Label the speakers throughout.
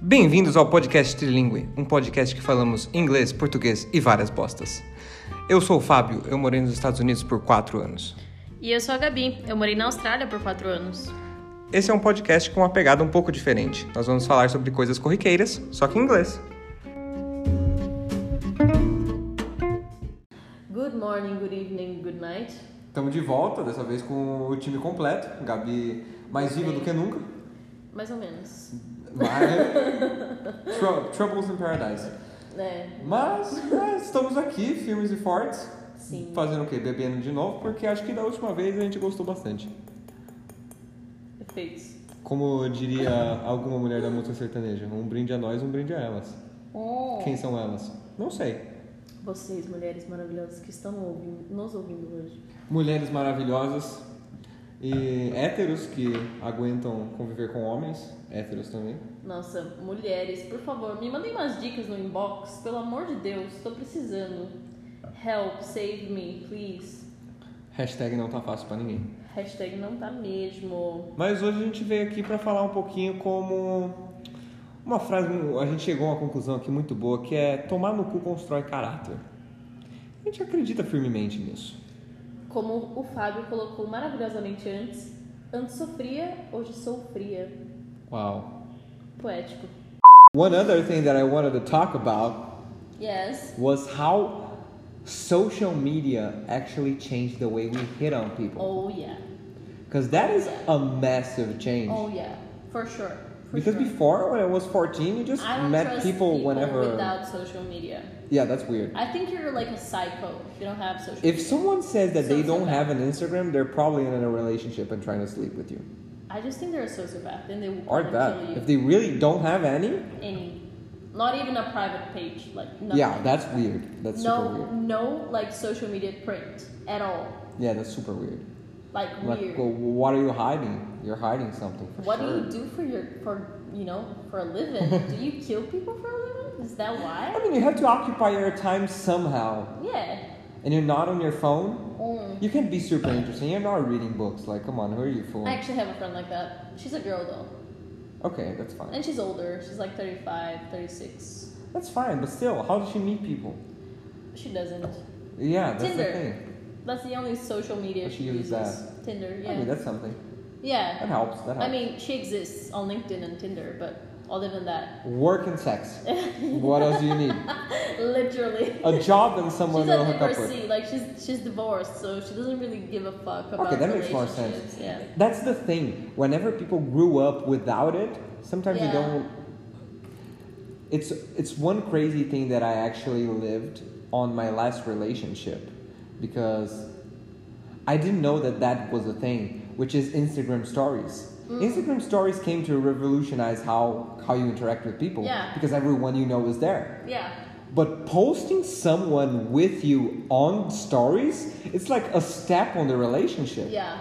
Speaker 1: Bem-vindos ao podcast Trilingue, um podcast que falamos inglês, português e várias bostas. Eu sou o Fábio, eu morei nos Estados Unidos por quatro anos.
Speaker 2: E eu sou a Gabi, eu morei na Austrália por quatro anos.
Speaker 1: Esse é um podcast com uma pegada um pouco diferente. Nós vamos falar sobre coisas corriqueiras, só que em inglês.
Speaker 2: Good morning, good evening, good night.
Speaker 1: Estamos de volta, dessa vez com o time completo. Gabi mais viva do que nunca.
Speaker 2: Mais ou menos.
Speaker 1: Mas... Trou- Troubles in Paradise.
Speaker 2: É,
Speaker 1: Mas né, estamos aqui, firmes e fortes.
Speaker 2: Sim.
Speaker 1: Fazendo o quê? Bebendo de novo, porque acho que da última vez a gente gostou bastante.
Speaker 2: perfeitos.
Speaker 1: Como diria alguma mulher da música sertaneja, um brinde a nós, um brinde a elas. Quem são elas? Não sei.
Speaker 2: Vocês, mulheres maravilhosas que estão ouvindo- nos ouvindo hoje.
Speaker 1: Mulheres maravilhosas e héteros que aguentam conviver com homens, héteros também.
Speaker 2: Nossa, mulheres, por favor, me mandem umas dicas no inbox, pelo amor de Deus, tô precisando. Help, save me, please.
Speaker 1: Hashtag não tá fácil pra ninguém.
Speaker 2: Hashtag não tá mesmo.
Speaker 1: Mas hoje a gente veio aqui para falar um pouquinho como uma frase, um, a gente chegou a uma conclusão aqui muito boa, que é tomar no cu constrói caráter. A gente acredita firmemente nisso.
Speaker 2: Como o Fábio colocou maravilhosamente antes, antes sofria, hoje sou fria.
Speaker 1: Wow.
Speaker 2: Poético.
Speaker 1: One other thing that I wanted to talk about
Speaker 2: Yes.
Speaker 1: was how social media actually changed the way we hit on people.
Speaker 2: Oh yeah.
Speaker 1: Because that is a massive change.
Speaker 2: Oh yeah. For sure. For
Speaker 1: because
Speaker 2: sure.
Speaker 1: before, when I was 14, you just
Speaker 2: I don't
Speaker 1: met
Speaker 2: trust
Speaker 1: people whenever.
Speaker 2: without social media.
Speaker 1: Yeah, that's weird.
Speaker 2: I think you're like a psycho if you don't have social.
Speaker 1: If someone says that they
Speaker 2: Sociopath.
Speaker 1: don't have an Instagram, they're probably in a relationship and trying to sleep with you.
Speaker 2: I just think they're a sociopath and they will
Speaker 1: Or
Speaker 2: wanna
Speaker 1: that.
Speaker 2: kill
Speaker 1: If they
Speaker 2: you.
Speaker 1: really don't have any,
Speaker 2: Any, not even a private page, like nothing.
Speaker 1: yeah, that's weird. That's
Speaker 2: no,
Speaker 1: super weird.
Speaker 2: no, like social media print at all.
Speaker 1: Yeah, that's super weird.
Speaker 2: Like
Speaker 1: Like,
Speaker 2: weird.
Speaker 1: well, what are you hiding? You're hiding something. For
Speaker 2: What
Speaker 1: sure.
Speaker 2: do you do for your for you know for a living? do you kill people for a living? Is that
Speaker 1: I
Speaker 2: why?
Speaker 1: mean, you have to occupy your time somehow,
Speaker 2: Yeah.
Speaker 1: and you're not on your phone.
Speaker 2: Mm.
Speaker 1: You can be super interesting. You're not reading books. Like, come on, who are you fooling?
Speaker 2: I actually have a friend like that. She's a girl though,
Speaker 1: okay, that's fine.
Speaker 2: and she's older. She's like 35, 36.
Speaker 1: That's fine, but still, how does she meet people?
Speaker 2: She doesn't.
Speaker 1: Yeah, that's the
Speaker 2: Tinder.
Speaker 1: thing.
Speaker 2: That's the only social media
Speaker 1: But she
Speaker 2: she,
Speaker 1: uses
Speaker 2: uses.
Speaker 1: that.
Speaker 2: Tinder, yeah.
Speaker 1: I mean, that's something. That
Speaker 2: yeah.
Speaker 1: helps. That helps.
Speaker 2: I mean, she exists on LinkedIn and Tinder, but other than that,
Speaker 1: Work and sex. what else do you need?
Speaker 2: literally.
Speaker 1: A job and someone
Speaker 2: She's
Speaker 1: to
Speaker 2: a
Speaker 1: hook up with.
Speaker 2: divorcee, like she's she's divorced, so she doesn't really give a fuck about
Speaker 1: that makes more sense.
Speaker 2: relationships, Yeah.
Speaker 1: That's the thing. Whenever people grew up without it, sometimes they
Speaker 2: Yeah.
Speaker 1: don't. It's it's one crazy thing that I actually lived on my last relationship, because I didn't know that that was a thing, which is Instagram stories.
Speaker 2: Mm.
Speaker 1: Instagram stories came to revolutionize how how you interact with people
Speaker 2: Yeah.
Speaker 1: because everyone you know is there.
Speaker 2: Yeah.
Speaker 1: But posting someone with you on stories, it's like a step on the relationship.
Speaker 2: Yeah.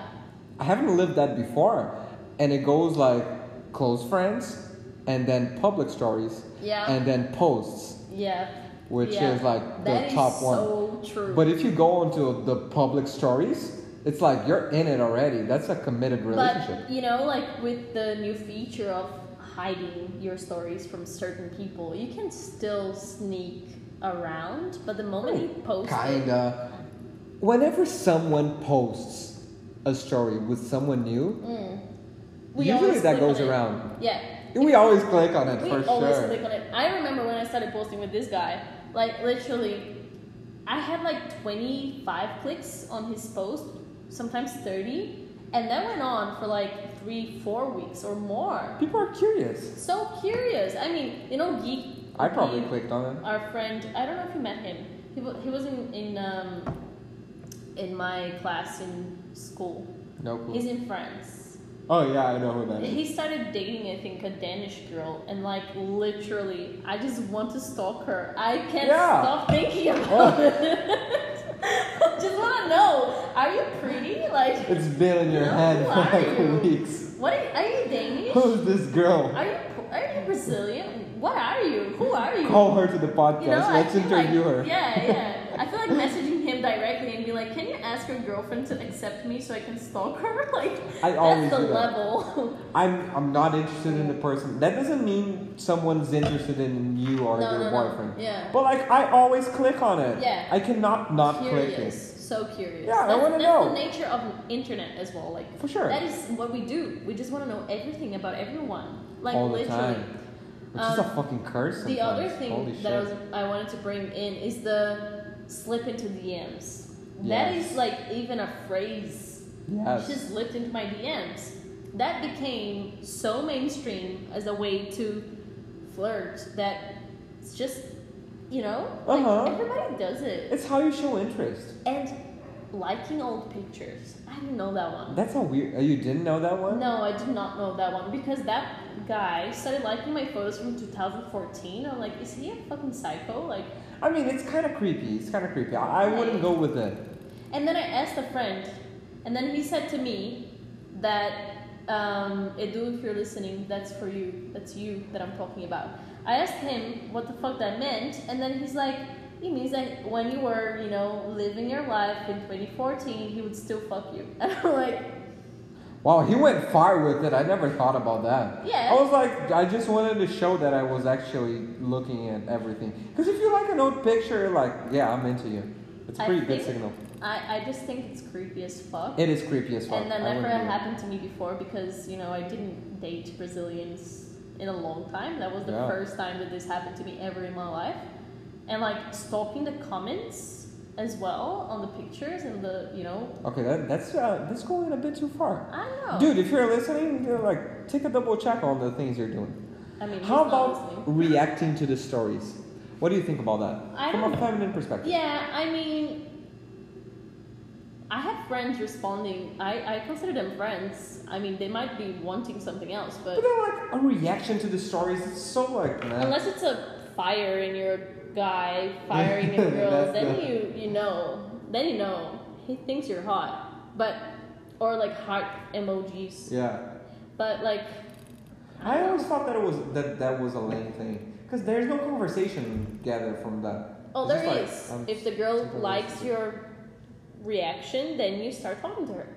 Speaker 1: I haven't lived that before. And it goes like close friends and then public stories
Speaker 2: Yeah.
Speaker 1: and then posts,
Speaker 2: Yeah.
Speaker 1: which
Speaker 2: Yeah.
Speaker 1: is like the
Speaker 2: That is
Speaker 1: top one.
Speaker 2: So true.
Speaker 1: But if you go onto the public stories, it's like you're in it already. That's a committed relationship.
Speaker 2: But you know, like with the new feature of hiding your stories from certain people, you can still sneak around. But the
Speaker 1: Oh,
Speaker 2: moment you post it,
Speaker 1: Kinda. Whenever someone posts a story with someone new,
Speaker 2: mm, we
Speaker 1: usually
Speaker 2: always
Speaker 1: that
Speaker 2: click on
Speaker 1: goes
Speaker 2: it.
Speaker 1: around.
Speaker 2: Yeah.
Speaker 1: We always click on it
Speaker 2: We
Speaker 1: for
Speaker 2: always
Speaker 1: sure.
Speaker 2: click on it. I remember when I started posting with this guy, like literally, I had like 25 clicks on his post, sometimes 30, and that went on for like three, four weeks or more.
Speaker 1: People are curious.
Speaker 2: So curious. I mean, you know, geek.
Speaker 1: I probably
Speaker 2: Geek,
Speaker 1: clicked on it.
Speaker 2: Our friend, I don't know if you met him. He, wa- he was in in, um, in my class in school.
Speaker 1: No clue.
Speaker 2: He's in France.
Speaker 1: oh yeah, I know who that is.
Speaker 2: He started dating, I think, a Danish girl, and like literally, I just want to stalk her. I can't
Speaker 1: Yeah.
Speaker 2: stop thinking about
Speaker 1: Oh.
Speaker 2: it. just want to know: Are you pretty? Like,
Speaker 1: It's been in your head
Speaker 2: Who
Speaker 1: for
Speaker 2: are
Speaker 1: like
Speaker 2: you?
Speaker 1: weeks.
Speaker 2: what are, are you Danish?
Speaker 1: Who's this girl?
Speaker 2: Are you are you Brazilian? What are you? Who are you?
Speaker 1: Call her to the podcast.
Speaker 2: You know, I
Speaker 1: Let's
Speaker 2: feel
Speaker 1: interview
Speaker 2: like,
Speaker 1: her.
Speaker 2: Yeah, yeah. I feel like messaging him directly and be like, "Can you ask ask your girlfriend to accept me so I can stalk her. Like
Speaker 1: I always
Speaker 2: that's the
Speaker 1: do that.
Speaker 2: level.
Speaker 1: I'm I'm not interested in the person. That doesn't mean someone's interested in you or
Speaker 2: no,
Speaker 1: your
Speaker 2: no,
Speaker 1: boyfriend.
Speaker 2: no. Yeah.
Speaker 1: But like I always click on it.
Speaker 2: Yeah.
Speaker 1: I cannot not click
Speaker 2: curious.
Speaker 1: it.
Speaker 2: So curious.
Speaker 1: Yeah, I
Speaker 2: That's-
Speaker 1: wanna
Speaker 2: that's
Speaker 1: know.
Speaker 2: the nature of internet as well. Like
Speaker 1: For sure.
Speaker 2: that is what we do. We just want to know everything about everyone. Like
Speaker 1: All the
Speaker 2: literally.
Speaker 1: time. Which is a
Speaker 2: Um,
Speaker 1: fucking curse.
Speaker 2: The other
Speaker 1: sometimes.
Speaker 2: thing
Speaker 1: Holy
Speaker 2: that I,
Speaker 1: shit.
Speaker 2: was, I wanted to bring in is the slip into DMs. That
Speaker 1: Yes.
Speaker 2: is like even a phrase.
Speaker 1: Yes.
Speaker 2: She slipped into my DMs. That became so mainstream as a way to flirt that it's just, you know, like
Speaker 1: Uh-huh.
Speaker 2: everybody does it.
Speaker 1: It's how you show interest.
Speaker 2: And liking old pictures. I didn't know that one.
Speaker 1: That's a weird. uh, You didn't know that one?
Speaker 2: No, I did not know that one because that guy started liking my photos from 2014. I'm like, is he a fucking psycho? Like,
Speaker 1: I mean, it's kind of creepy. It's kind of creepy. I, I wouldn't go with it.
Speaker 2: and then I asked a friend, and then he said to me that um, Edu, if you're listening, that's for you. That's you that I'm talking about. I asked him what the fuck that meant, and then he's like, it means that when you were, you know, living your life in 2014, he would still fuck you. And I'm like,
Speaker 1: Wow, he went far with it. I never thought about that.
Speaker 2: Yeah.
Speaker 1: I was like, I just wanted to show that I was actually looking at everything. Because if you like an old picture, like, yeah, I'm into you. It's a
Speaker 2: I
Speaker 1: pretty good
Speaker 2: think-
Speaker 1: signal.
Speaker 2: I, I just think it's creepy as fuck.
Speaker 1: It is creepy as fuck.
Speaker 2: And that
Speaker 1: I
Speaker 2: never
Speaker 1: wouldn't do it.
Speaker 2: happened to me before because you know I didn't date Brazilians in a long time. That was the
Speaker 1: Yeah.
Speaker 2: first time that this happened to me ever in my life. And like stalking the comments as well on the pictures and the you know
Speaker 1: Okay, that, that's uh, that's going a bit too far.
Speaker 2: I don't know.
Speaker 1: Dude, if you're listening, you're like, take a double check on the things you're doing.
Speaker 2: I mean, he's
Speaker 1: How
Speaker 2: not
Speaker 1: about
Speaker 2: listening.
Speaker 1: reacting to the stories? What do you think about that?
Speaker 2: I
Speaker 1: From
Speaker 2: don't
Speaker 1: a feminine perspective.
Speaker 2: Yeah, I mean, I have friends responding. I I consider them friends. I mean, they might be wanting something else,
Speaker 1: But then, like, a reaction to the stories is so, like, nah.
Speaker 2: Unless it's a fire and you're a guy firing a girl,
Speaker 1: That's
Speaker 2: then
Speaker 1: the-
Speaker 2: you you know, then you know he thinks you're hot, but or like heart emojis,
Speaker 1: yeah.
Speaker 2: but like
Speaker 1: I always thought that it was that that was a lame thing because there's no conversation gathered from that.
Speaker 2: oh,
Speaker 1: It's
Speaker 2: there
Speaker 1: just like,
Speaker 2: is.
Speaker 1: I'm
Speaker 2: if the girl
Speaker 1: super
Speaker 2: likes
Speaker 1: wasted.
Speaker 2: your reaction, then you start talking to her.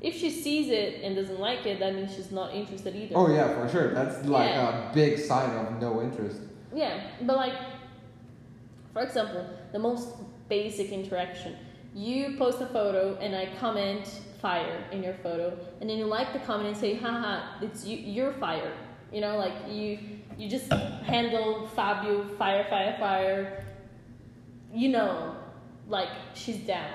Speaker 2: If she sees it and doesn't like it, that means she's not interested either.
Speaker 1: Oh yeah, for sure. That's like
Speaker 2: Yeah.
Speaker 1: a big sign of no interest.
Speaker 2: Yeah, but like, for example, the most basic interaction. You post a photo and I comment fire in your photo, and then you like the comment and say, haha, it's you, you're fire. You know, like you you just handle Fabio fire, fire, fire. You know, like she's down.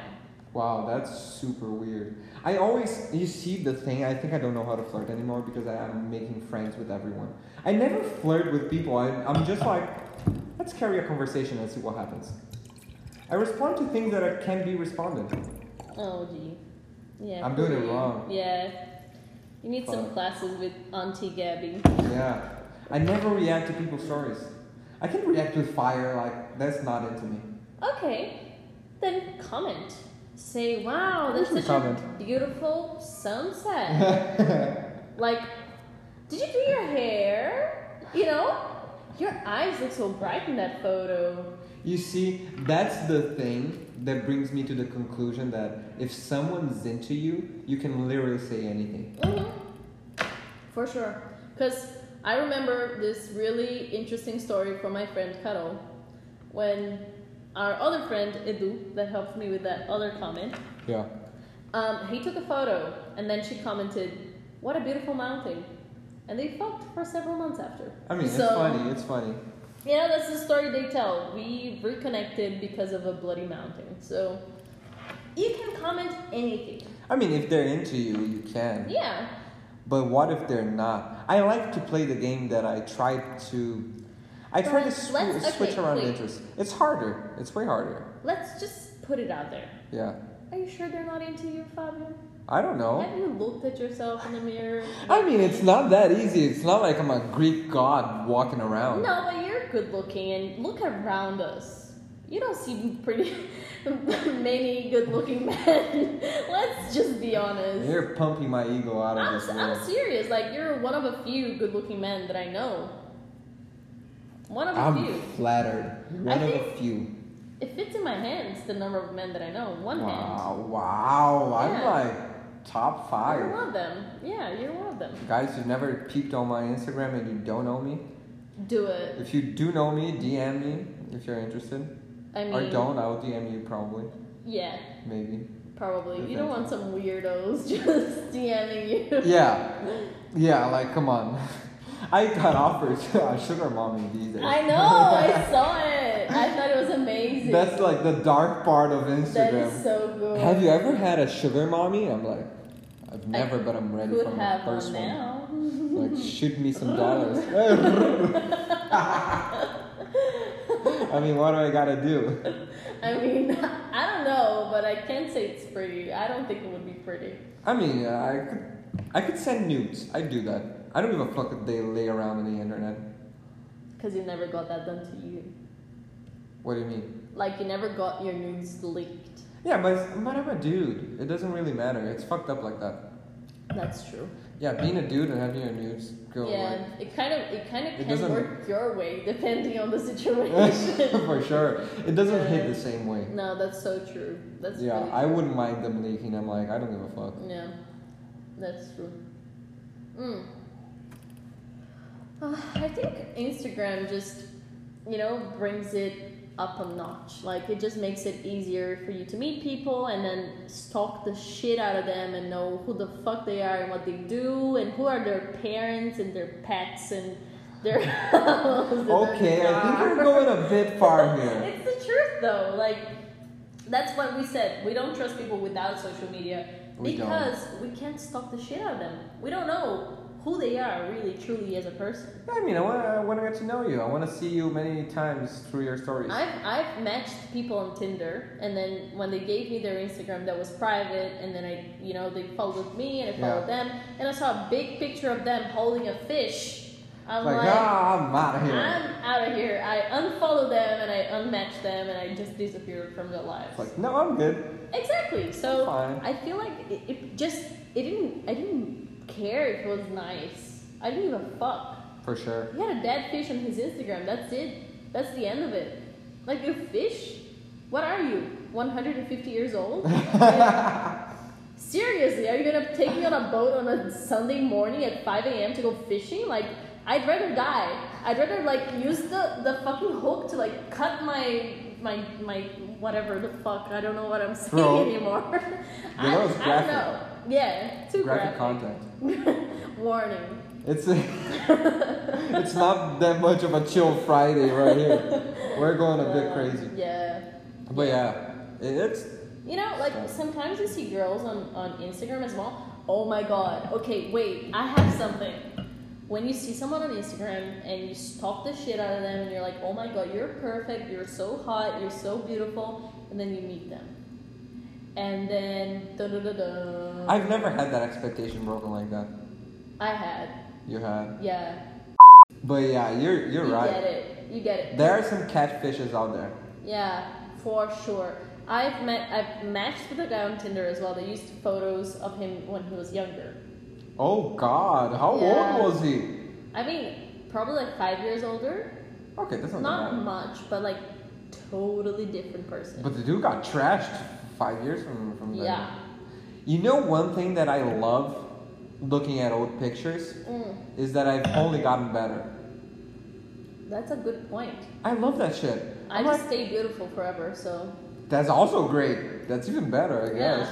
Speaker 1: Wow, that's super weird. I always you see the thing. I think I don't know how to flirt anymore because I am making friends with everyone. I never flirt with people. I, I'm just like, let's carry a conversation and see what happens. I respond to things that I can be responded.
Speaker 2: Oh gee, yeah.
Speaker 1: I'm doing it
Speaker 2: poor you.
Speaker 1: wrong.
Speaker 2: Yeah, you need some
Speaker 1: Fuck.
Speaker 2: classes with Auntie Gabby.
Speaker 1: Yeah. I never react to people's stories. I can react with fire, like, that's not into me.
Speaker 2: Okay, then comment. Say, wow, that's
Speaker 1: Where's
Speaker 2: such
Speaker 1: the
Speaker 2: a beautiful sunset. like, did you do your hair? You know, your eyes look so bright in that photo.
Speaker 1: You see, that's the thing that brings me to the conclusion that if someone's into you, you can literally say anything.
Speaker 2: hmm For sure. Because I remember this really interesting story from my friend Carol when our other friend, Edu, that helped me with that other comment,
Speaker 1: Yeah.
Speaker 2: Um, he took a photo, and then she commented, "What a beautiful mountain," and they fucked for several months after.
Speaker 1: I mean,
Speaker 2: So,
Speaker 1: it's funny, it's funny.
Speaker 2: You know, that's the story they tell. We reconnected because of a bloody mountain. So you can comment anything.
Speaker 1: I mean, if they're into you, you can.
Speaker 2: Yeah,
Speaker 1: But what if they're not? I like to play the game that I try to. I try to
Speaker 2: Right,
Speaker 1: sw-
Speaker 2: let's-
Speaker 1: switch
Speaker 2: okay,
Speaker 1: around
Speaker 2: wait.
Speaker 1: interests. It's harder. It's way harder.
Speaker 2: let's just put it out there.
Speaker 1: Yeah.
Speaker 2: Are you sure they're not into you, Fabio?
Speaker 1: I don't know.
Speaker 2: Have you looked at yourself in the mirror?
Speaker 1: Oh. I mean, it's not that easy. It's not like I'm a Greek god walking around.
Speaker 2: No, but you're good looking, and look around us. You don't see pretty many good looking men. Let's just be honest.
Speaker 1: You're pumping my ego out of
Speaker 2: I'm,
Speaker 1: this world.
Speaker 2: I'm serious. Like you're one of a few good looking men that I know. One of a
Speaker 1: I'm
Speaker 2: few.
Speaker 1: flattered. You're
Speaker 2: I
Speaker 1: One of a
Speaker 2: think-
Speaker 1: few.
Speaker 2: It fits in my hands the number of men that I know. One hand.
Speaker 1: Wow, wow. I'm
Speaker 2: Yeah.
Speaker 1: like top
Speaker 2: You're
Speaker 1: five.
Speaker 2: one of them. Yeah, you're one of them.
Speaker 1: Guys, you've never peeped on my Instagram and you don't know me.
Speaker 2: Do it.
Speaker 1: If you do know me, DM me if you're interested.
Speaker 2: I mean,
Speaker 1: Or don't, I'll DM you probably.
Speaker 2: yeah,
Speaker 1: Maybe.
Speaker 2: probably. You
Speaker 1: Eventually.
Speaker 2: don't want some weirdos just DMing you.
Speaker 1: Yeah. Yeah, like, come on. I got offered uh, sugar mommy these days.
Speaker 2: I know. I saw it. I thought it was amazing.
Speaker 1: That's like the dark part of
Speaker 2: That
Speaker 1: Instagram.
Speaker 2: is so good.
Speaker 1: Have you ever had a sugar mommy? I'm like, I've never, but I'm ready
Speaker 2: Could
Speaker 1: for my
Speaker 2: have
Speaker 1: first
Speaker 2: one
Speaker 1: one.
Speaker 2: now.
Speaker 1: Like, shoot me some dollars. I mean, what do I gotta do?
Speaker 2: I mean, I don't know, but I can't say it's pretty. I don't think it would be pretty.
Speaker 1: I mean, uh, I could, I could send nudes. I'd do that. I don't give a fuck if they lay around on the internet.
Speaker 2: Because you never got that done to you.
Speaker 1: What do you mean?
Speaker 2: Like, you never got your nudes leaked.
Speaker 1: Yeah, but, but I'm a dude. It doesn't really matter. It's fucked up like that.
Speaker 2: That's true.
Speaker 1: Yeah, being a dude and having your nudes go
Speaker 2: yeah, it kind of it kind of
Speaker 1: It
Speaker 2: can
Speaker 1: doesn't-
Speaker 2: work your way depending on the
Speaker 1: like
Speaker 2: situation.
Speaker 1: for sure. It doesn't hit
Speaker 2: Yeah.
Speaker 1: the same way.
Speaker 2: no, that's so true. That's
Speaker 1: Yeah,
Speaker 2: really
Speaker 1: I wouldn't mind them leaking. I'm like, I don't give a fuck.
Speaker 2: Yeah, that's true. Mm. Uh, I think Instagram just, you know, brings it up a notch. Like, it just makes it easier for you to meet people and then stalk the shit out of them and know who the fuck they are and what they do and who are their parents and their pets and their house. and their
Speaker 1: Okay, I think
Speaker 2: car.
Speaker 1: we're going a bit far here.
Speaker 2: It's the truth though. Like that's what we said. We don't trust people without social media
Speaker 1: We don't.
Speaker 2: because we can't stalk the shit out of them. We don't know who they are really truly as a person.
Speaker 1: I mean, I want to I wanna get to know you. I want to see you many times through your stories.
Speaker 2: I've I've matched people on Tinder and then when they gave me their Instagram that was private and then I you know they followed me and I followed them and I saw a big picture of them holding a fish. I'm
Speaker 1: like,
Speaker 2: like,
Speaker 1: ah, I'm out of here.
Speaker 2: I'm out of here. I unfollow them and I unmatch them and I just disappeared from their lives.
Speaker 1: It's like, no, I'm good.
Speaker 2: Exactly. So
Speaker 1: Fine.
Speaker 2: I feel like it, it just it didn't I didn't care if it was nice. I didn't give a fuck.
Speaker 1: For sure.
Speaker 2: He had a dead fish on his Instagram. That's it. That's the end of it. Like you fish? What are you? 150 years old? Seriously, are you gonna take me on a boat on a Sunday morning at 5 a.m. to go fishing? Like, I'd rather die. I'd rather like use the, the fucking hook to like cut my my my whatever the fuck. I don't know what I'm saying
Speaker 1: Bro.
Speaker 2: anymore. I,
Speaker 1: that was
Speaker 2: I don't
Speaker 1: graphic.
Speaker 2: know. Yeah, too
Speaker 1: Graphic
Speaker 2: graphic.
Speaker 1: content.
Speaker 2: Warning.
Speaker 1: It's it's not that much of a chill Friday right here. We're going a bit
Speaker 2: Uh,
Speaker 1: crazy.
Speaker 2: Yeah.
Speaker 1: But yeah, it- it's
Speaker 2: You know, like sometimes you see girls on, on Instagram as well. Oh my god. Okay, wait, I have something. When you see someone on Instagram and you stalk the shit out of them and you're like, oh my god, you're perfect, you're so hot, you're so beautiful, and then you meet them. And then da da da da
Speaker 1: I've never had that expectation broken like that.
Speaker 2: I had.
Speaker 1: You had,
Speaker 2: Yeah.
Speaker 1: but yeah, you're you're
Speaker 2: you
Speaker 1: right.
Speaker 2: get it. You get it.
Speaker 1: There are some catfishes out there.
Speaker 2: Yeah, for sure. I've met I've matched with a guy on Tinder as well. They used photos of him when he was younger.
Speaker 1: Oh God, how
Speaker 2: Yeah.
Speaker 1: old was he?
Speaker 2: I mean, probably like five years older.
Speaker 1: Okay, that's not,
Speaker 2: Not
Speaker 1: that
Speaker 2: much, but like totally different person.
Speaker 1: bad. But the dude got trashed five years from from then.
Speaker 2: yeah.
Speaker 1: You know one thing that I love looking at old pictures
Speaker 2: Mm,
Speaker 1: is that I've only gotten better.
Speaker 2: that's a good point.
Speaker 1: I love that shit.
Speaker 2: I
Speaker 1: I'm
Speaker 2: just
Speaker 1: like,
Speaker 2: stay beautiful forever, so
Speaker 1: That's also great. That's even better, I
Speaker 2: Yeah.
Speaker 1: guess.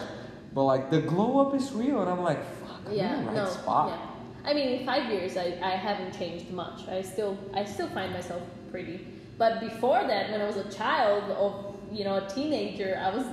Speaker 1: But like the glow up is real, and I'm like, fuck, I'm
Speaker 2: yeah,
Speaker 1: in the right
Speaker 2: no.
Speaker 1: spot.
Speaker 2: Yeah. I mean in five years I, I haven't changed much. I still I still find myself pretty. But before that when I was a child of you know, a teenager, I was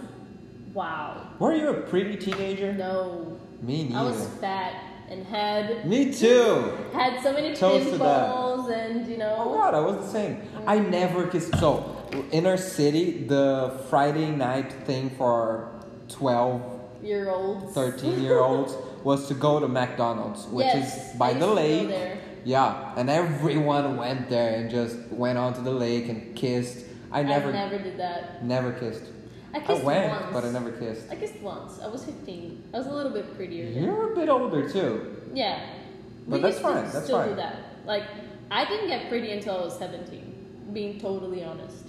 Speaker 2: wow.
Speaker 1: Were you a pretty teenager?
Speaker 2: No.
Speaker 1: Me neither.
Speaker 2: I was fat and had
Speaker 1: Me too.
Speaker 2: had so many
Speaker 1: Toast to that.
Speaker 2: pimples and you know
Speaker 1: Oh god, I was the same. I never kissed. So in our city, the Friday night thing for 12,
Speaker 2: year olds.
Speaker 1: 13 year olds was to go to McDonald's, which
Speaker 2: Yes,
Speaker 1: is by
Speaker 2: I
Speaker 1: the
Speaker 2: used to go
Speaker 1: lake.
Speaker 2: there.
Speaker 1: Yeah, and everyone went there and just went onto the lake and kissed. I never,
Speaker 2: I never did that.
Speaker 1: never kissed.
Speaker 2: I kissed
Speaker 1: I went,
Speaker 2: once.
Speaker 1: but I never kissed.
Speaker 2: I kissed once. I was 15. I was a little bit prettier. then.
Speaker 1: You're a bit older too.
Speaker 2: Yeah.
Speaker 1: But
Speaker 2: we
Speaker 1: that's
Speaker 2: used
Speaker 1: fine,
Speaker 2: To
Speaker 1: that's
Speaker 2: still do
Speaker 1: fine.
Speaker 2: that. Like, I didn't get pretty until I was 17. Being totally honest.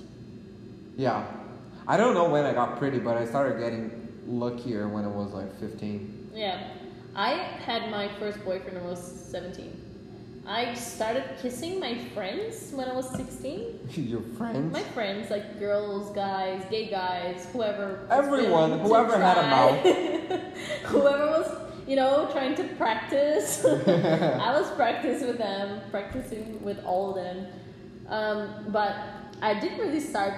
Speaker 1: Yeah. I don't know when I got pretty, but I started getting luckier when I was like 15.
Speaker 2: Yeah. I had my first boyfriend when I was 17. I started kissing my friends when I was 16.
Speaker 1: Your friends?
Speaker 2: My friends, like girls, guys, gay guys, whoever. was
Speaker 1: Everyone,
Speaker 2: willing to
Speaker 1: whoever had a
Speaker 2: try. whoever was, you know, trying to practice. I was practicing with them, practicing with all of them. Um, but I didn't really start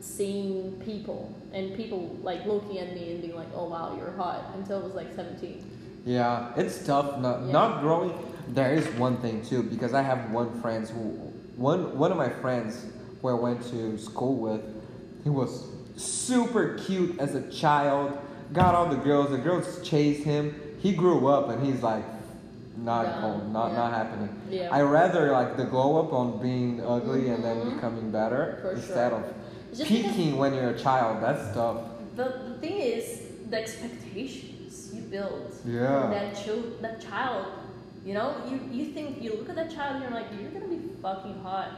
Speaker 2: seeing people and people like looking at me and being like, oh wow, you're hot until I was like 17.
Speaker 1: Yeah, it's tough not
Speaker 2: Yeah.
Speaker 1: not growing. There is one thing too because I have one friends who one one of my friends who I went to school with, he was super cute as a child. Got all the girls. The girls chased him. He grew up and he's like, not
Speaker 2: Done,
Speaker 1: cool, not
Speaker 2: yeah.
Speaker 1: not happening.
Speaker 2: Yeah.
Speaker 1: I rather like the glow up on being ugly and then
Speaker 2: Mhm.
Speaker 1: becoming better
Speaker 2: For
Speaker 1: instead
Speaker 2: sure.
Speaker 1: of
Speaker 2: It's just because-
Speaker 1: peaking when you're a child. That's tough.
Speaker 2: The, the thing is, the expectations you build
Speaker 1: Yeah.
Speaker 2: from that, chil- that child, you know, you, you think, you look at that child and you're like, you're gonna be fucking hot.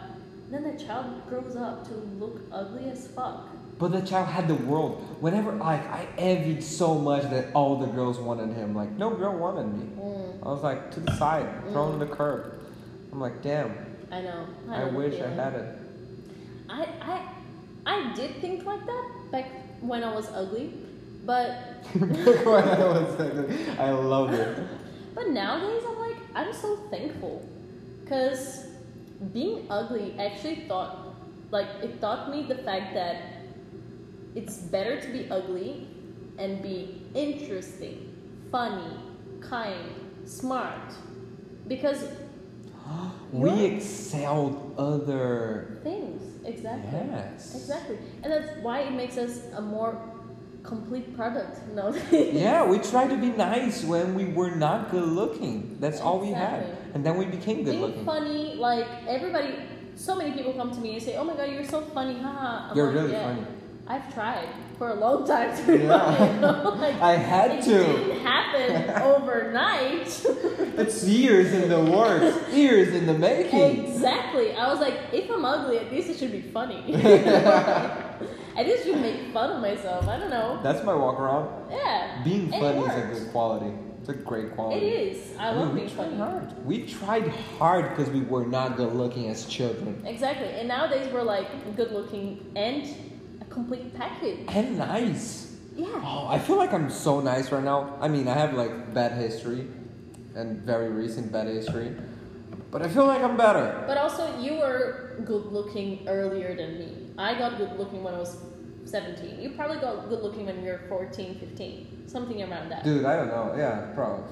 Speaker 2: Then that child grows up to look ugly as fuck.
Speaker 1: But the child had the world. Whenever like I envied so much that all the girls wanted him. Like no girl wanted me. I was like to the side, thrown to the curb. I'm like, damn.
Speaker 2: I know.
Speaker 1: I,
Speaker 2: know the
Speaker 1: wish I
Speaker 2: feeling.
Speaker 1: had it.
Speaker 2: I, I, I did think like that back when I was ugly, but
Speaker 1: Back when I was like, I love it.
Speaker 2: But nowadays, I'm like, I'm so thankful. Because being ugly actually taught, like, it taught me the fact that it's better to be ugly and be interesting, funny, kind, smart. Because
Speaker 1: we
Speaker 2: What?
Speaker 1: excelled other.
Speaker 2: things, exactly.
Speaker 1: Yes.
Speaker 2: Exactly. And that's why it makes us a more complete product nowadays.
Speaker 1: Yeah, we tried to be nice when we were not good looking. That's all we had,
Speaker 2: Exactly.
Speaker 1: and then we became good
Speaker 2: being
Speaker 1: looking.
Speaker 2: funny, like everybody, so many people come to me and say, "Oh my god, you're so funny!" Haha. I'm
Speaker 1: You're
Speaker 2: like,
Speaker 1: really
Speaker 2: "Yeah,
Speaker 1: funny.
Speaker 2: I've tried for a long time to be
Speaker 1: Yeah.
Speaker 2: funny. you know? like,
Speaker 1: I had
Speaker 2: it
Speaker 1: to.
Speaker 2: didn't happen overnight.
Speaker 1: It's years in the works, years in the making.
Speaker 2: exactly. I was like, if I'm ugly, at least it should be funny. at least you make fun of myself. I don't know.
Speaker 1: That's my walk around.
Speaker 2: Yeah.
Speaker 1: Being
Speaker 2: And it
Speaker 1: funny is a
Speaker 2: works.
Speaker 1: good quality. It's a great
Speaker 2: It
Speaker 1: quality.
Speaker 2: is. I
Speaker 1: mean,
Speaker 2: love
Speaker 1: we
Speaker 2: being
Speaker 1: tried
Speaker 2: funny.
Speaker 1: hard. We tried hard because we were not good looking as children.
Speaker 2: Exactly. And nowadays we're like good looking and a complete package.
Speaker 1: And nice.
Speaker 2: Yeah.
Speaker 1: Oh, I feel like I'm so nice right now. I mean, I have like bad history and very recent bad history, but I feel like I'm better.
Speaker 2: But also, you were good looking earlier than me. I got good looking when I was 17. You probably got good looking when you were 14, 15. Something around that.
Speaker 1: Dude, I don't know. Yeah, probably.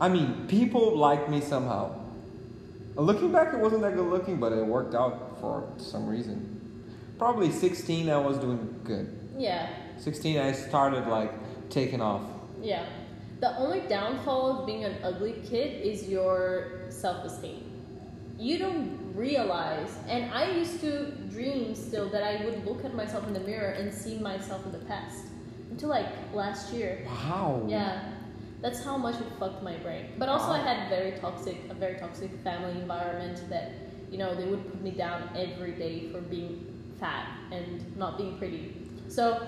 Speaker 1: I mean, people like me somehow. Looking back, it wasn't that good looking, but it worked out for some reason. Probably 16, I was doing good.
Speaker 2: Yeah,
Speaker 1: 16, I started like taking off.
Speaker 2: yeah. The only downfall of being an ugly kid is your self esteem. You don't realize, and I used to dream still that I would look at myself in the mirror and see myself in the past until like last year.
Speaker 1: Wow.
Speaker 2: Yeah, that's how much it fucked my brain. But also, I had very toxic, a very toxic family environment that, you know, they would put me down every day for being fat and not being pretty. So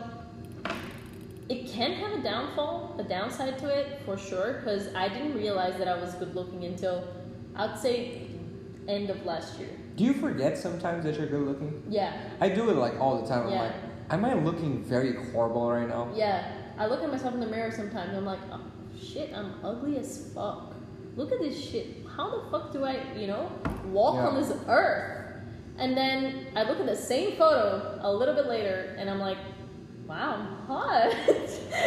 Speaker 2: it can have a downfall, a downside to it for sure. Because I didn't realize that I was good looking until, I'd say, end of last year.
Speaker 1: Do you forget sometimes that you're good looking?
Speaker 2: Yeah,
Speaker 1: I do it like all the time. I'm
Speaker 2: Yeah.
Speaker 1: like, am I looking very horrible right now?
Speaker 2: yeah. I look at myself in the mirror sometimes. and I'm like, oh shit, I'm ugly as fuck. Look at this shit. How the fuck do I, you know, walk
Speaker 1: Yeah.
Speaker 2: on this earth? And then I look at the same photo a little bit later, and I'm like, wow, I'm hot.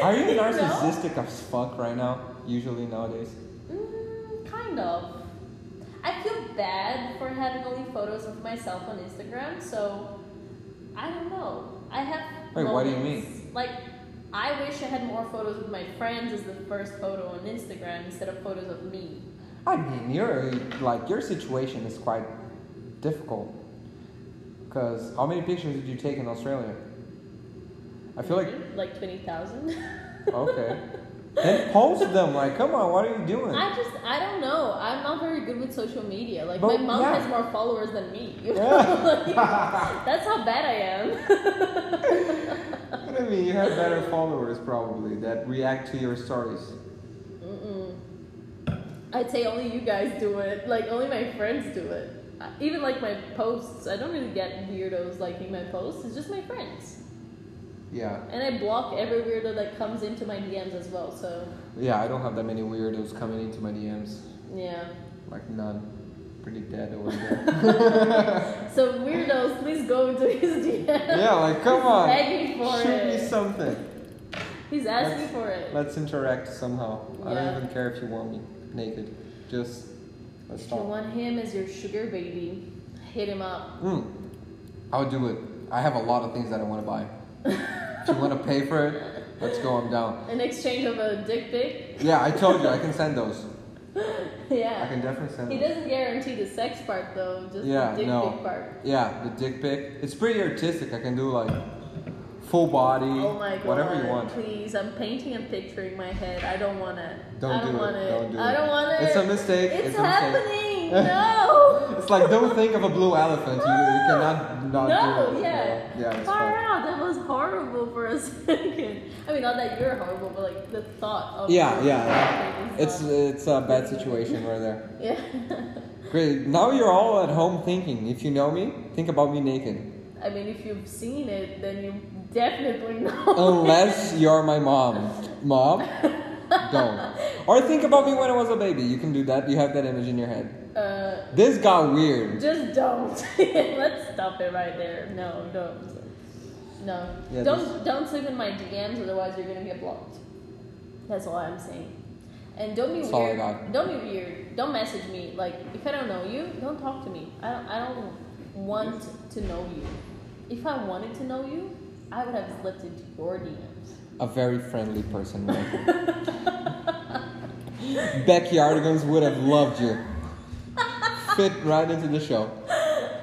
Speaker 1: Are you
Speaker 2: know?
Speaker 1: narcissistic as fuck right now? Usually nowadays.
Speaker 2: Mm, kind of. I feel bad for having only photos of myself on Instagram, so I don't know. I have.
Speaker 1: Wait, what do you
Speaker 2: moments. Like, I wish I had more photos of my friends as the first photo on Instagram instead of photos of me.
Speaker 1: I mean, your like your situation is quite difficult. Cause how many pictures did you take in Australia? I feel like
Speaker 2: Maybe, like twenty thousand.
Speaker 1: okay. Then post them. Like, come on, what are you doing?
Speaker 2: I just I don't know. I'm not very good with social media. Like
Speaker 1: But
Speaker 2: my mom
Speaker 1: yeah.
Speaker 2: has more followers than me. You know?
Speaker 1: Yeah.
Speaker 2: Like, that's how bad I am.
Speaker 1: What do you mean? You have better followers probably that react to your stories.
Speaker 2: Mm-mm. I'd say only you guys do it. Like only my friends do it. Uh, Even like my posts, I don't really get weirdos liking my posts. It's just my friends.
Speaker 1: Yeah.
Speaker 2: And I block every weirdo that comes into my DMs as well. So
Speaker 1: Yeah, I don't have that many weirdos coming into my DMs.
Speaker 2: yeah.
Speaker 1: Like none. Pretty dead over there.
Speaker 2: So weirdos, please go into his DMs.
Speaker 1: yeah, like come on.
Speaker 2: Begging for
Speaker 1: Shoot
Speaker 2: it.
Speaker 1: me something.
Speaker 2: He's asking for it.
Speaker 1: Let's interact somehow. I
Speaker 2: Yeah.
Speaker 1: don't even care if you want me naked. Just let's
Speaker 2: If you
Speaker 1: talk.
Speaker 2: want him as your sugar baby, hit him up.
Speaker 1: Mm. I'll do it. I have a lot of things that I want to buy. if you want to pay for it, let's go. I'm down.
Speaker 2: In exchange of a dick pic?
Speaker 1: Yeah, I told you I can send those. I
Speaker 2: yeah.
Speaker 1: can definitely send
Speaker 2: He
Speaker 1: those.
Speaker 2: doesn't guarantee the sex part though, just
Speaker 1: Yeah,
Speaker 2: the dick
Speaker 1: no.
Speaker 2: pic part.
Speaker 1: Yeah, the dick pic. It's pretty artistic. I can do like full body,
Speaker 2: Oh my god.
Speaker 1: whatever you want.
Speaker 2: Please, I'm painting and picturing my head. I don't want it.
Speaker 1: Don't
Speaker 2: I don't
Speaker 1: do it.
Speaker 2: want it.
Speaker 1: Don't do
Speaker 2: I
Speaker 1: it.
Speaker 2: don't want it.
Speaker 1: It's a mistake.
Speaker 2: It's,
Speaker 1: It's a mistake.
Speaker 2: happening. no.
Speaker 1: It's like don't think of a blue elephant. You, you cannot not do
Speaker 2: No,
Speaker 1: it.
Speaker 2: yeah.
Speaker 1: No. Yeah, it's
Speaker 2: Far
Speaker 1: fine.
Speaker 2: out. That was horrible for a second. I mean, not that you're horrible, but like the thought of.
Speaker 1: Yeah, yeah,
Speaker 2: yeah.
Speaker 1: It's it's a bad situation right there.
Speaker 2: Yeah.
Speaker 1: Great. Now you're all at home thinking. If you know me, think about me naked.
Speaker 2: I mean, if you've seen it, then you definitely
Speaker 1: Oh.
Speaker 2: know.
Speaker 1: Unless you're my mom. Mom, don't. Or think about me when I was a baby. You can do that. You have that image in your head.
Speaker 2: Uh,
Speaker 1: This got weird.
Speaker 2: just don't. Let's stop it right there. No, don't. No.
Speaker 1: Yeah,
Speaker 2: don't don't sleep in my DMs, otherwise you're gonna get blocked. That's all I'm saying. And don't be
Speaker 1: That's all I
Speaker 2: weird.
Speaker 1: got.
Speaker 2: Don't be weird. Don't message me. Like if I don't know you, don't talk to me. I don't. I don't want to know you. If I wanted to know you, I would have slipped into your DMs.
Speaker 1: A very friendly person. Right? Becky Artigans would have loved you. Fit right into the show.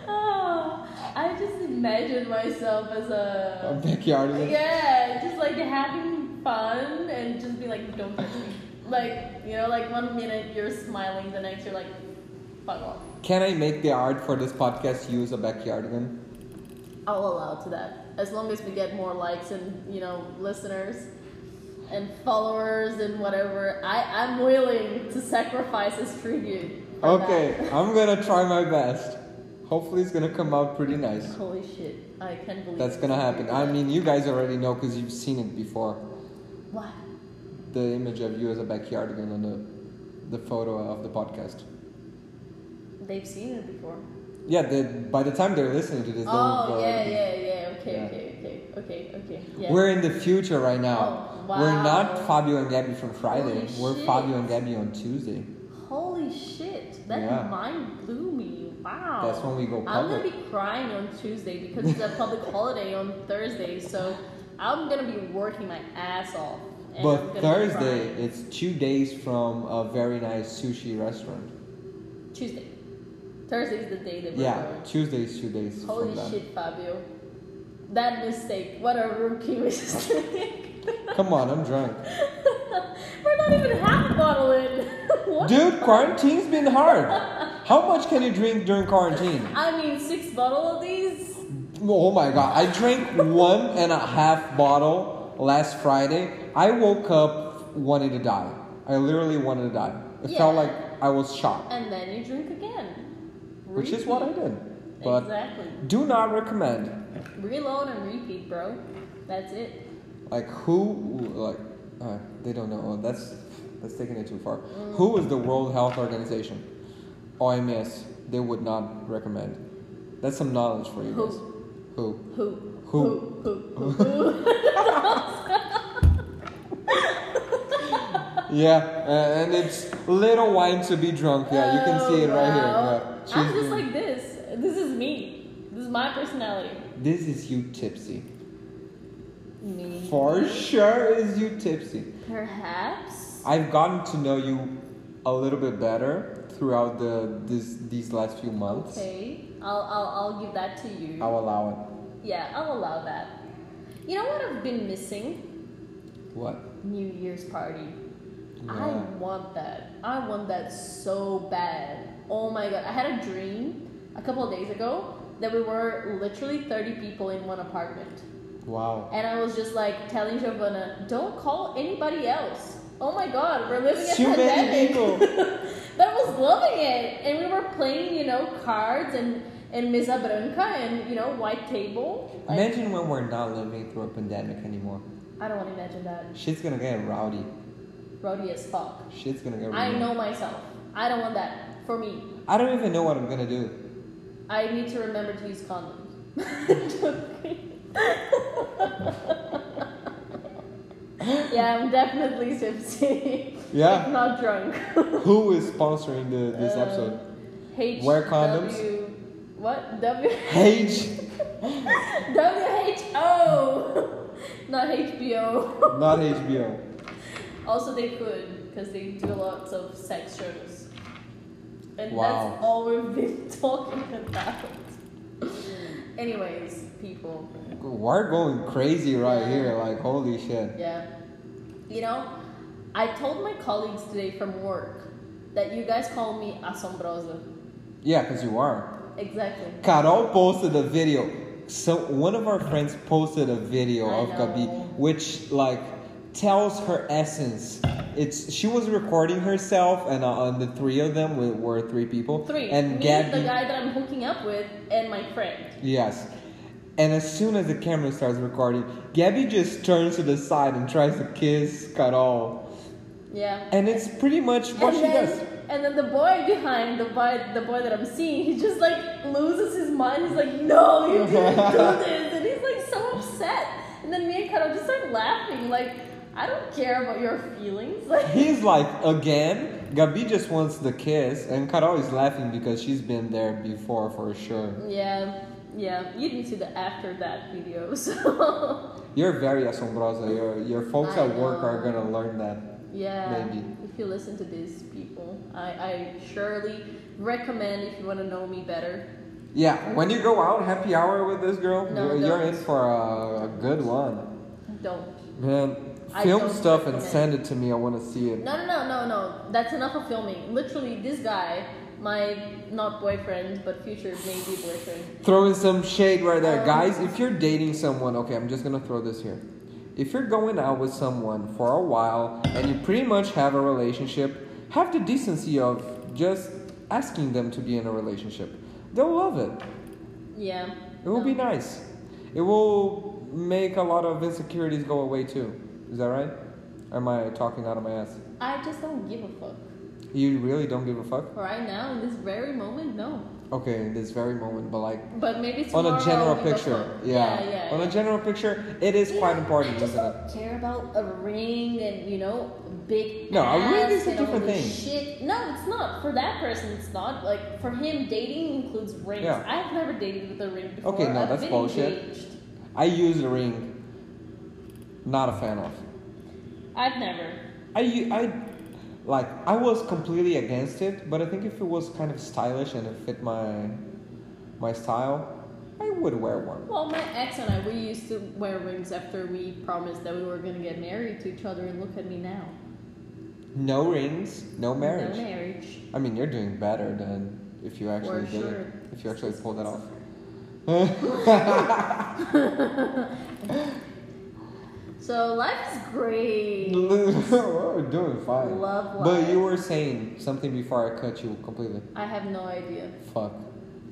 Speaker 2: Oh, I just imagine myself as
Speaker 1: Uh,
Speaker 2: a
Speaker 1: Becky Artigans.
Speaker 2: yeah, just like having fun and just be like, don't touch me. Like you know, like one minute you're smiling, the next you're like, fuck off.
Speaker 1: Can I make the art for this podcast use a Becky Artigan?
Speaker 2: I'll allow to that as long as we get more likes and you know listeners and followers and whatever. I I'm willing to sacrifice as tribute. for that.
Speaker 1: Okay, I'm gonna try my best. Hopefully, it's gonna come out pretty nice.
Speaker 2: Holy shit! I can't believe
Speaker 1: That's
Speaker 2: it.
Speaker 1: gonna happen. I mean, you guys already know because you've seen it before.
Speaker 2: What?
Speaker 1: The image of you as a Becky Artigan on the, the photo of the podcast.
Speaker 2: They've seen it before.
Speaker 1: Yeah, the, by the time they're listening to this, they'll
Speaker 2: Oh
Speaker 1: they'll
Speaker 2: yeah,
Speaker 1: already be-
Speaker 2: yeah, yeah. Okay,
Speaker 1: Yeah.
Speaker 2: okay, okay, okay, okay. Yeah.
Speaker 1: We're in the future right now.
Speaker 2: Oh, wow.
Speaker 1: We're not Fabio and Gabby from Friday.
Speaker 2: Holy
Speaker 1: We're
Speaker 2: shit.
Speaker 1: Fabio and Gabby on Tuesday.
Speaker 2: Holy shit! That
Speaker 1: Yeah.
Speaker 2: mind blew me. Wow.
Speaker 1: That's when we go
Speaker 2: I'm gonna
Speaker 1: public.
Speaker 2: be crying on Tuesday because it's a public holiday on Thursday. So I'm gonna be working my ass off. and I'm
Speaker 1: But
Speaker 2: gonna be
Speaker 1: Thursday,
Speaker 2: crying.
Speaker 1: it's two days from a very nice sushi restaurant.
Speaker 2: Tuesday. Thursday's the day that we're
Speaker 1: Yeah,
Speaker 2: going.
Speaker 1: Tuesday is two days
Speaker 2: Holy
Speaker 1: from that.
Speaker 2: shit, Fabio. That mistake. What a rookie mistake.
Speaker 1: Come on, I'm drunk.
Speaker 2: we're not even half a bottle in. what?
Speaker 1: Dude, quarantine's been hard. How much can you drink during quarantine?
Speaker 2: I mean, six bottle of these.
Speaker 1: Oh my god, I drank one and a half bottle last Friday. I woke up wanting to die. I literally wanted to die. It felt
Speaker 2: Yeah.
Speaker 1: like I was shot,
Speaker 2: and then you drink again.
Speaker 1: which is what I did. But
Speaker 2: exactly.
Speaker 1: do not recommend.
Speaker 2: Reload and repeat, bro. That's it.
Speaker 1: Like who? Like uh, they don't know. Oh, that's that's taking it too far. Who is the World Health Organization? OMS. They would not recommend. That's some knowledge for you
Speaker 2: Who?
Speaker 1: guys. Who?
Speaker 2: Who?
Speaker 1: Who?
Speaker 2: Who? Who? Who?
Speaker 1: Yeah, uh, and it's little wine to be drunk. Yeah, you can see it
Speaker 2: Oh,
Speaker 1: right here.
Speaker 2: wow.
Speaker 1: Yeah.
Speaker 2: I'm
Speaker 1: She's
Speaker 2: just
Speaker 1: doing-
Speaker 2: like this. This is me. This is my personality.
Speaker 1: this is you tipsy.
Speaker 2: Me.
Speaker 1: For sure is you tipsy.
Speaker 2: Perhaps.
Speaker 1: I've gotten to know you a little bit better throughout the this these last few months.
Speaker 2: Okay. I'll, I'll I'll give that to you.
Speaker 1: I'll allow
Speaker 2: Yeah, I'll allow that. You know what I've been missing?
Speaker 1: it. What?
Speaker 2: New Year's party. I
Speaker 1: Yeah.
Speaker 2: want that. I want that so bad. Oh my god. I had a dream a couple of days ago that we were literally 30 people in one apartment.
Speaker 1: Wow.
Speaker 2: And I was just like telling Giovanna, don't call anybody else. Oh my god, we're living in a
Speaker 1: Too many
Speaker 2: pandemic.
Speaker 1: people.
Speaker 2: but I was loving it. And we were playing, you know, cards and, and Mesa Branca and, you know, white table. Like,
Speaker 1: Imagine when we're not living through a pandemic anymore.
Speaker 2: I don't want to imagine that.
Speaker 1: Shit's gonna get rowdy.
Speaker 2: Rowdy as fuck.
Speaker 1: Shit's gonna get rowdy.
Speaker 2: I know myself. I don't want that for me.
Speaker 1: I don't even know what I'm gonna do.
Speaker 2: I need to remember to use condoms. yeah, I'm definitely tipsy.
Speaker 1: Yeah.
Speaker 2: If not drunk.
Speaker 1: Who is sponsoring the, this
Speaker 2: Um,
Speaker 1: episode?
Speaker 2: H
Speaker 1: Wear condoms.
Speaker 2: W- what? W
Speaker 1: H,
Speaker 2: W H O not HBO.
Speaker 1: not HBO.
Speaker 2: Also they could, because they do lots of sex shows. And
Speaker 1: Wow.
Speaker 2: that's all we've been talking about. Anyways, people.
Speaker 1: We're going crazy right here. Like, holy shit.
Speaker 2: Yeah. You know, I told my colleagues today from work that you guys call me asombrosa.
Speaker 1: Yeah, because you are.
Speaker 2: Exactly.
Speaker 1: Carol posted a video. So one of our friends posted a video
Speaker 2: I
Speaker 1: of Gabi,
Speaker 2: know.
Speaker 1: which like tells her essence. It's she was recording herself, and uh, on the three of them we were three people.
Speaker 2: Three.
Speaker 1: And
Speaker 2: me,
Speaker 1: Gabi.
Speaker 2: the guy that I'm hooking up with, and my friend.
Speaker 1: Yes. And as soon as the camera starts recording, Gabby just turns to the side and tries to kiss Carol.
Speaker 2: Yeah.
Speaker 1: And it's pretty much what
Speaker 2: and
Speaker 1: she
Speaker 2: then,
Speaker 1: does.
Speaker 2: And then the boy behind the boy, the boy that I'm seeing, he just like loses his mind. He's like, "No, you didn't do this," and he's like so upset. And then me and Carol just start laughing, like, "I don't care about your feelings." Like,
Speaker 1: He's like, again, Gabi just wants the kiss, and Carol is laughing because she's been there before for sure.
Speaker 2: Yeah, yeah. You didn't see the after that video, so
Speaker 1: You're very asombrosa. Your, your folks
Speaker 2: I
Speaker 1: at work
Speaker 2: know.
Speaker 1: are gonna learn that.
Speaker 2: yeah.
Speaker 1: Maybe.
Speaker 2: If you listen to these people, I, I surely recommend if you want to know me better.
Speaker 1: Yeah, when you go out happy hour with this girl,
Speaker 2: No,
Speaker 1: you're, you're in
Speaker 2: don't.
Speaker 1: for a, a good one.
Speaker 2: Don't.
Speaker 1: Man,
Speaker 2: I
Speaker 1: film
Speaker 2: don't
Speaker 1: stuff and
Speaker 2: recommend.
Speaker 1: send it to me. I wanna see it.
Speaker 2: No, no, no, no, no. That's enough of filming. Literally, this guy, my not boyfriend but future maybe boyfriend.
Speaker 1: Throwing some shade right there.
Speaker 2: Um,
Speaker 1: Guys, if you're dating someone, okay, I'm just gonna throw this here. If you're going out with someone for a while and you pretty much have a relationship, have the decency of just asking them to be in a relationship. They'll love it.
Speaker 2: Yeah.
Speaker 1: It will be nice. It will make a lot of insecurities go away too. Is that right? Or am I talking out of my ass?
Speaker 2: I just don't give a fuck.
Speaker 1: You really don't give a fuck?
Speaker 2: Right now, in this very moment, no.
Speaker 1: Okay, in this very moment, but like
Speaker 2: But maybe
Speaker 1: on
Speaker 2: tomorrow.
Speaker 1: a general
Speaker 2: I'll give
Speaker 1: picture,
Speaker 2: fuck.
Speaker 1: yeah.
Speaker 2: Yeah, yeah.
Speaker 1: On
Speaker 2: yeah.
Speaker 1: a general picture, it is
Speaker 2: You
Speaker 1: quite
Speaker 2: know,
Speaker 1: important,
Speaker 2: I just
Speaker 1: isn't it?
Speaker 2: don't care about a ring and you know big.
Speaker 1: No, a
Speaker 2: ass
Speaker 1: ring is a
Speaker 2: and all
Speaker 1: different
Speaker 2: this
Speaker 1: thing.
Speaker 2: Shit, no, it's not for that person. It's not like for him. Dating includes rings.
Speaker 1: Yeah.
Speaker 2: I've never dated with a ring before.
Speaker 1: Okay, no,
Speaker 2: I've
Speaker 1: that's
Speaker 2: been
Speaker 1: bullshit.
Speaker 2: Engaged.
Speaker 1: I use the ring. Not a fan of.
Speaker 2: I've never.
Speaker 1: I u- I like I was completely against it, but I think if it was kind of stylish and it fit my my style, I would wear one.
Speaker 2: Well, my ex and I we used to wear rings after we promised that we were gonna get married to each other, and look at me now.
Speaker 1: No rings, no marriage.
Speaker 2: No marriage.
Speaker 1: I mean, you're doing better than if you actually
Speaker 2: For
Speaker 1: did it.
Speaker 2: sure.
Speaker 1: If you actually pulled that off.
Speaker 2: So life is great.
Speaker 1: We're doing fine.
Speaker 2: Love
Speaker 1: But
Speaker 2: life.
Speaker 1: you were saying something before I cut you completely.
Speaker 2: I have no idea.
Speaker 1: Fuck.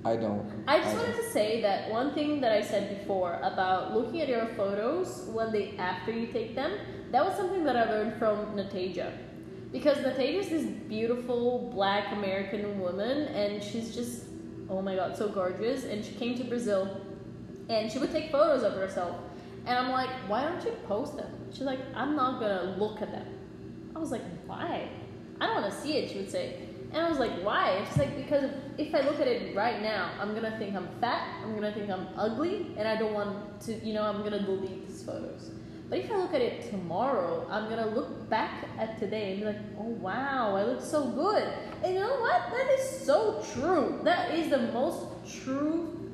Speaker 1: I don't.
Speaker 2: I just
Speaker 1: don't.
Speaker 2: wanted to say that one thing that I said before about looking at your photos one day after you take them, that was something that I learned from Nataja. Because Nataja is this beautiful black American woman and she's just, oh my god, so gorgeous. And she came to Brazil and she would take photos of herself. And I'm like, why don't you post them? She's like, I'm not gonna look at them. I was like, why? I don't want to see it, she would say. And I was like, why? And she's like, because if I look at it right now, I'm going to think I'm fat, I'm going to think I'm ugly, and I don't want to, you know, I'm going to delete these photos. But if I look at it tomorrow, I'm going to look back at today and be like, oh wow, I look so good. And you know what? That is so true. That is the most true,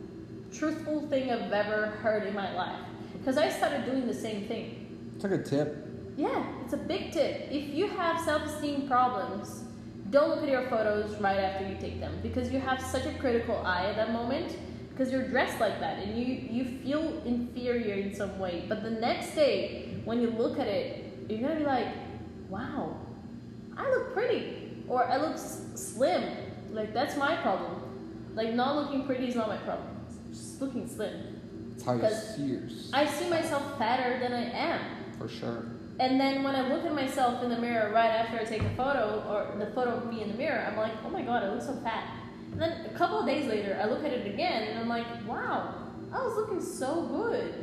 Speaker 2: truthful thing I've ever heard in my life. Because I started doing the same thing.
Speaker 1: It's like a tip.
Speaker 2: Yeah, it's a big tip. If you have self esteem problems, don't look at your photos right after you take them because you have such a critical eye at that moment because you're dressed like that and you, you feel inferior in some way. But the next day, when you look at it, you're gonna be like, wow, I look pretty or I look s- slim. Like, that's my problem. Like, not looking pretty is not my problem, it's just looking slim.
Speaker 1: It's how you
Speaker 2: Because
Speaker 1: see yourself,
Speaker 2: I see myself fatter than I am.
Speaker 1: for sure.
Speaker 2: And then when I look at myself in the mirror right after I take a photo, or the photo of me in the mirror, I'm like, oh my god, I look so fat. And then a couple of days later, I look at it again and I'm like, wow, I was looking so good.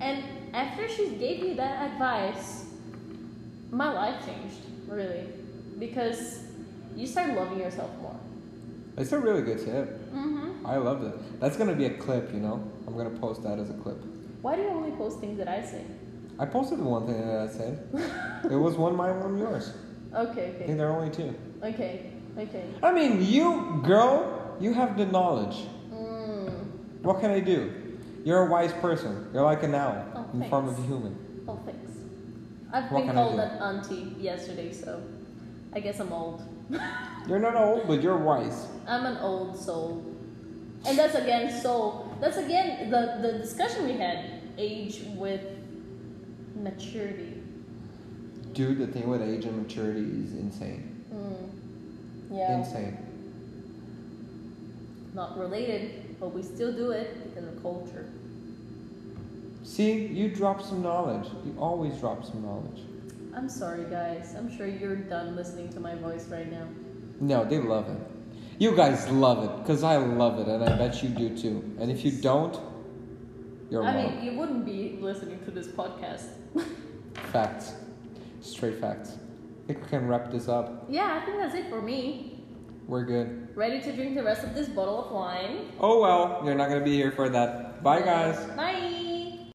Speaker 2: And after she gave me that advice, my life changed, really. Because you start loving yourself more.
Speaker 1: It's a really good tip.
Speaker 2: Mm-hmm.
Speaker 1: I love it. That's gonna be a clip, you know. I'm gonna post that as a clip.
Speaker 2: Why do you only post things that I say?
Speaker 1: I posted one thing that I said. it was one mine, one yours.
Speaker 2: Okay,
Speaker 1: I think
Speaker 2: okay.
Speaker 1: there are only two.
Speaker 2: Okay, okay.
Speaker 1: I mean, you girl, you have the knowledge.
Speaker 2: Mm.
Speaker 1: What can I do? You're a wise person. You're like an owl
Speaker 2: Oh,
Speaker 1: in the form of a
Speaker 2: thanks.
Speaker 1: human.
Speaker 2: Oh, thanks. I've
Speaker 1: What
Speaker 2: been
Speaker 1: can I
Speaker 2: called
Speaker 1: do?
Speaker 2: an auntie yesterday, so I guess I'm old.
Speaker 1: You're not old, but you're wise.
Speaker 2: I'm an old soul. And that's again soul. That's again the, the discussion we had age with maturity.
Speaker 1: Dude, the thing with age and maturity is insane.
Speaker 2: Mm. Yeah.
Speaker 1: Insane.
Speaker 2: Not related, but we still do it because of culture.
Speaker 1: See, you drop some knowledge. You always drop some knowledge.
Speaker 2: I'm sorry, guys. I'm sure you're done listening to my voice right now.
Speaker 1: No, they love it. You guys love it, because I love it, and I bet you do too. And if you don't, you're
Speaker 2: I
Speaker 1: wrong.
Speaker 2: mean, you wouldn't be listening to this podcast.
Speaker 1: Facts. Straight facts. I think we can wrap this up.
Speaker 2: yeah, I think that's it for me.
Speaker 1: We're good.
Speaker 2: Ready to drink the rest of this bottle of wine.
Speaker 1: Oh well, you're not gonna be here for that. Bye, guys.
Speaker 2: Bye.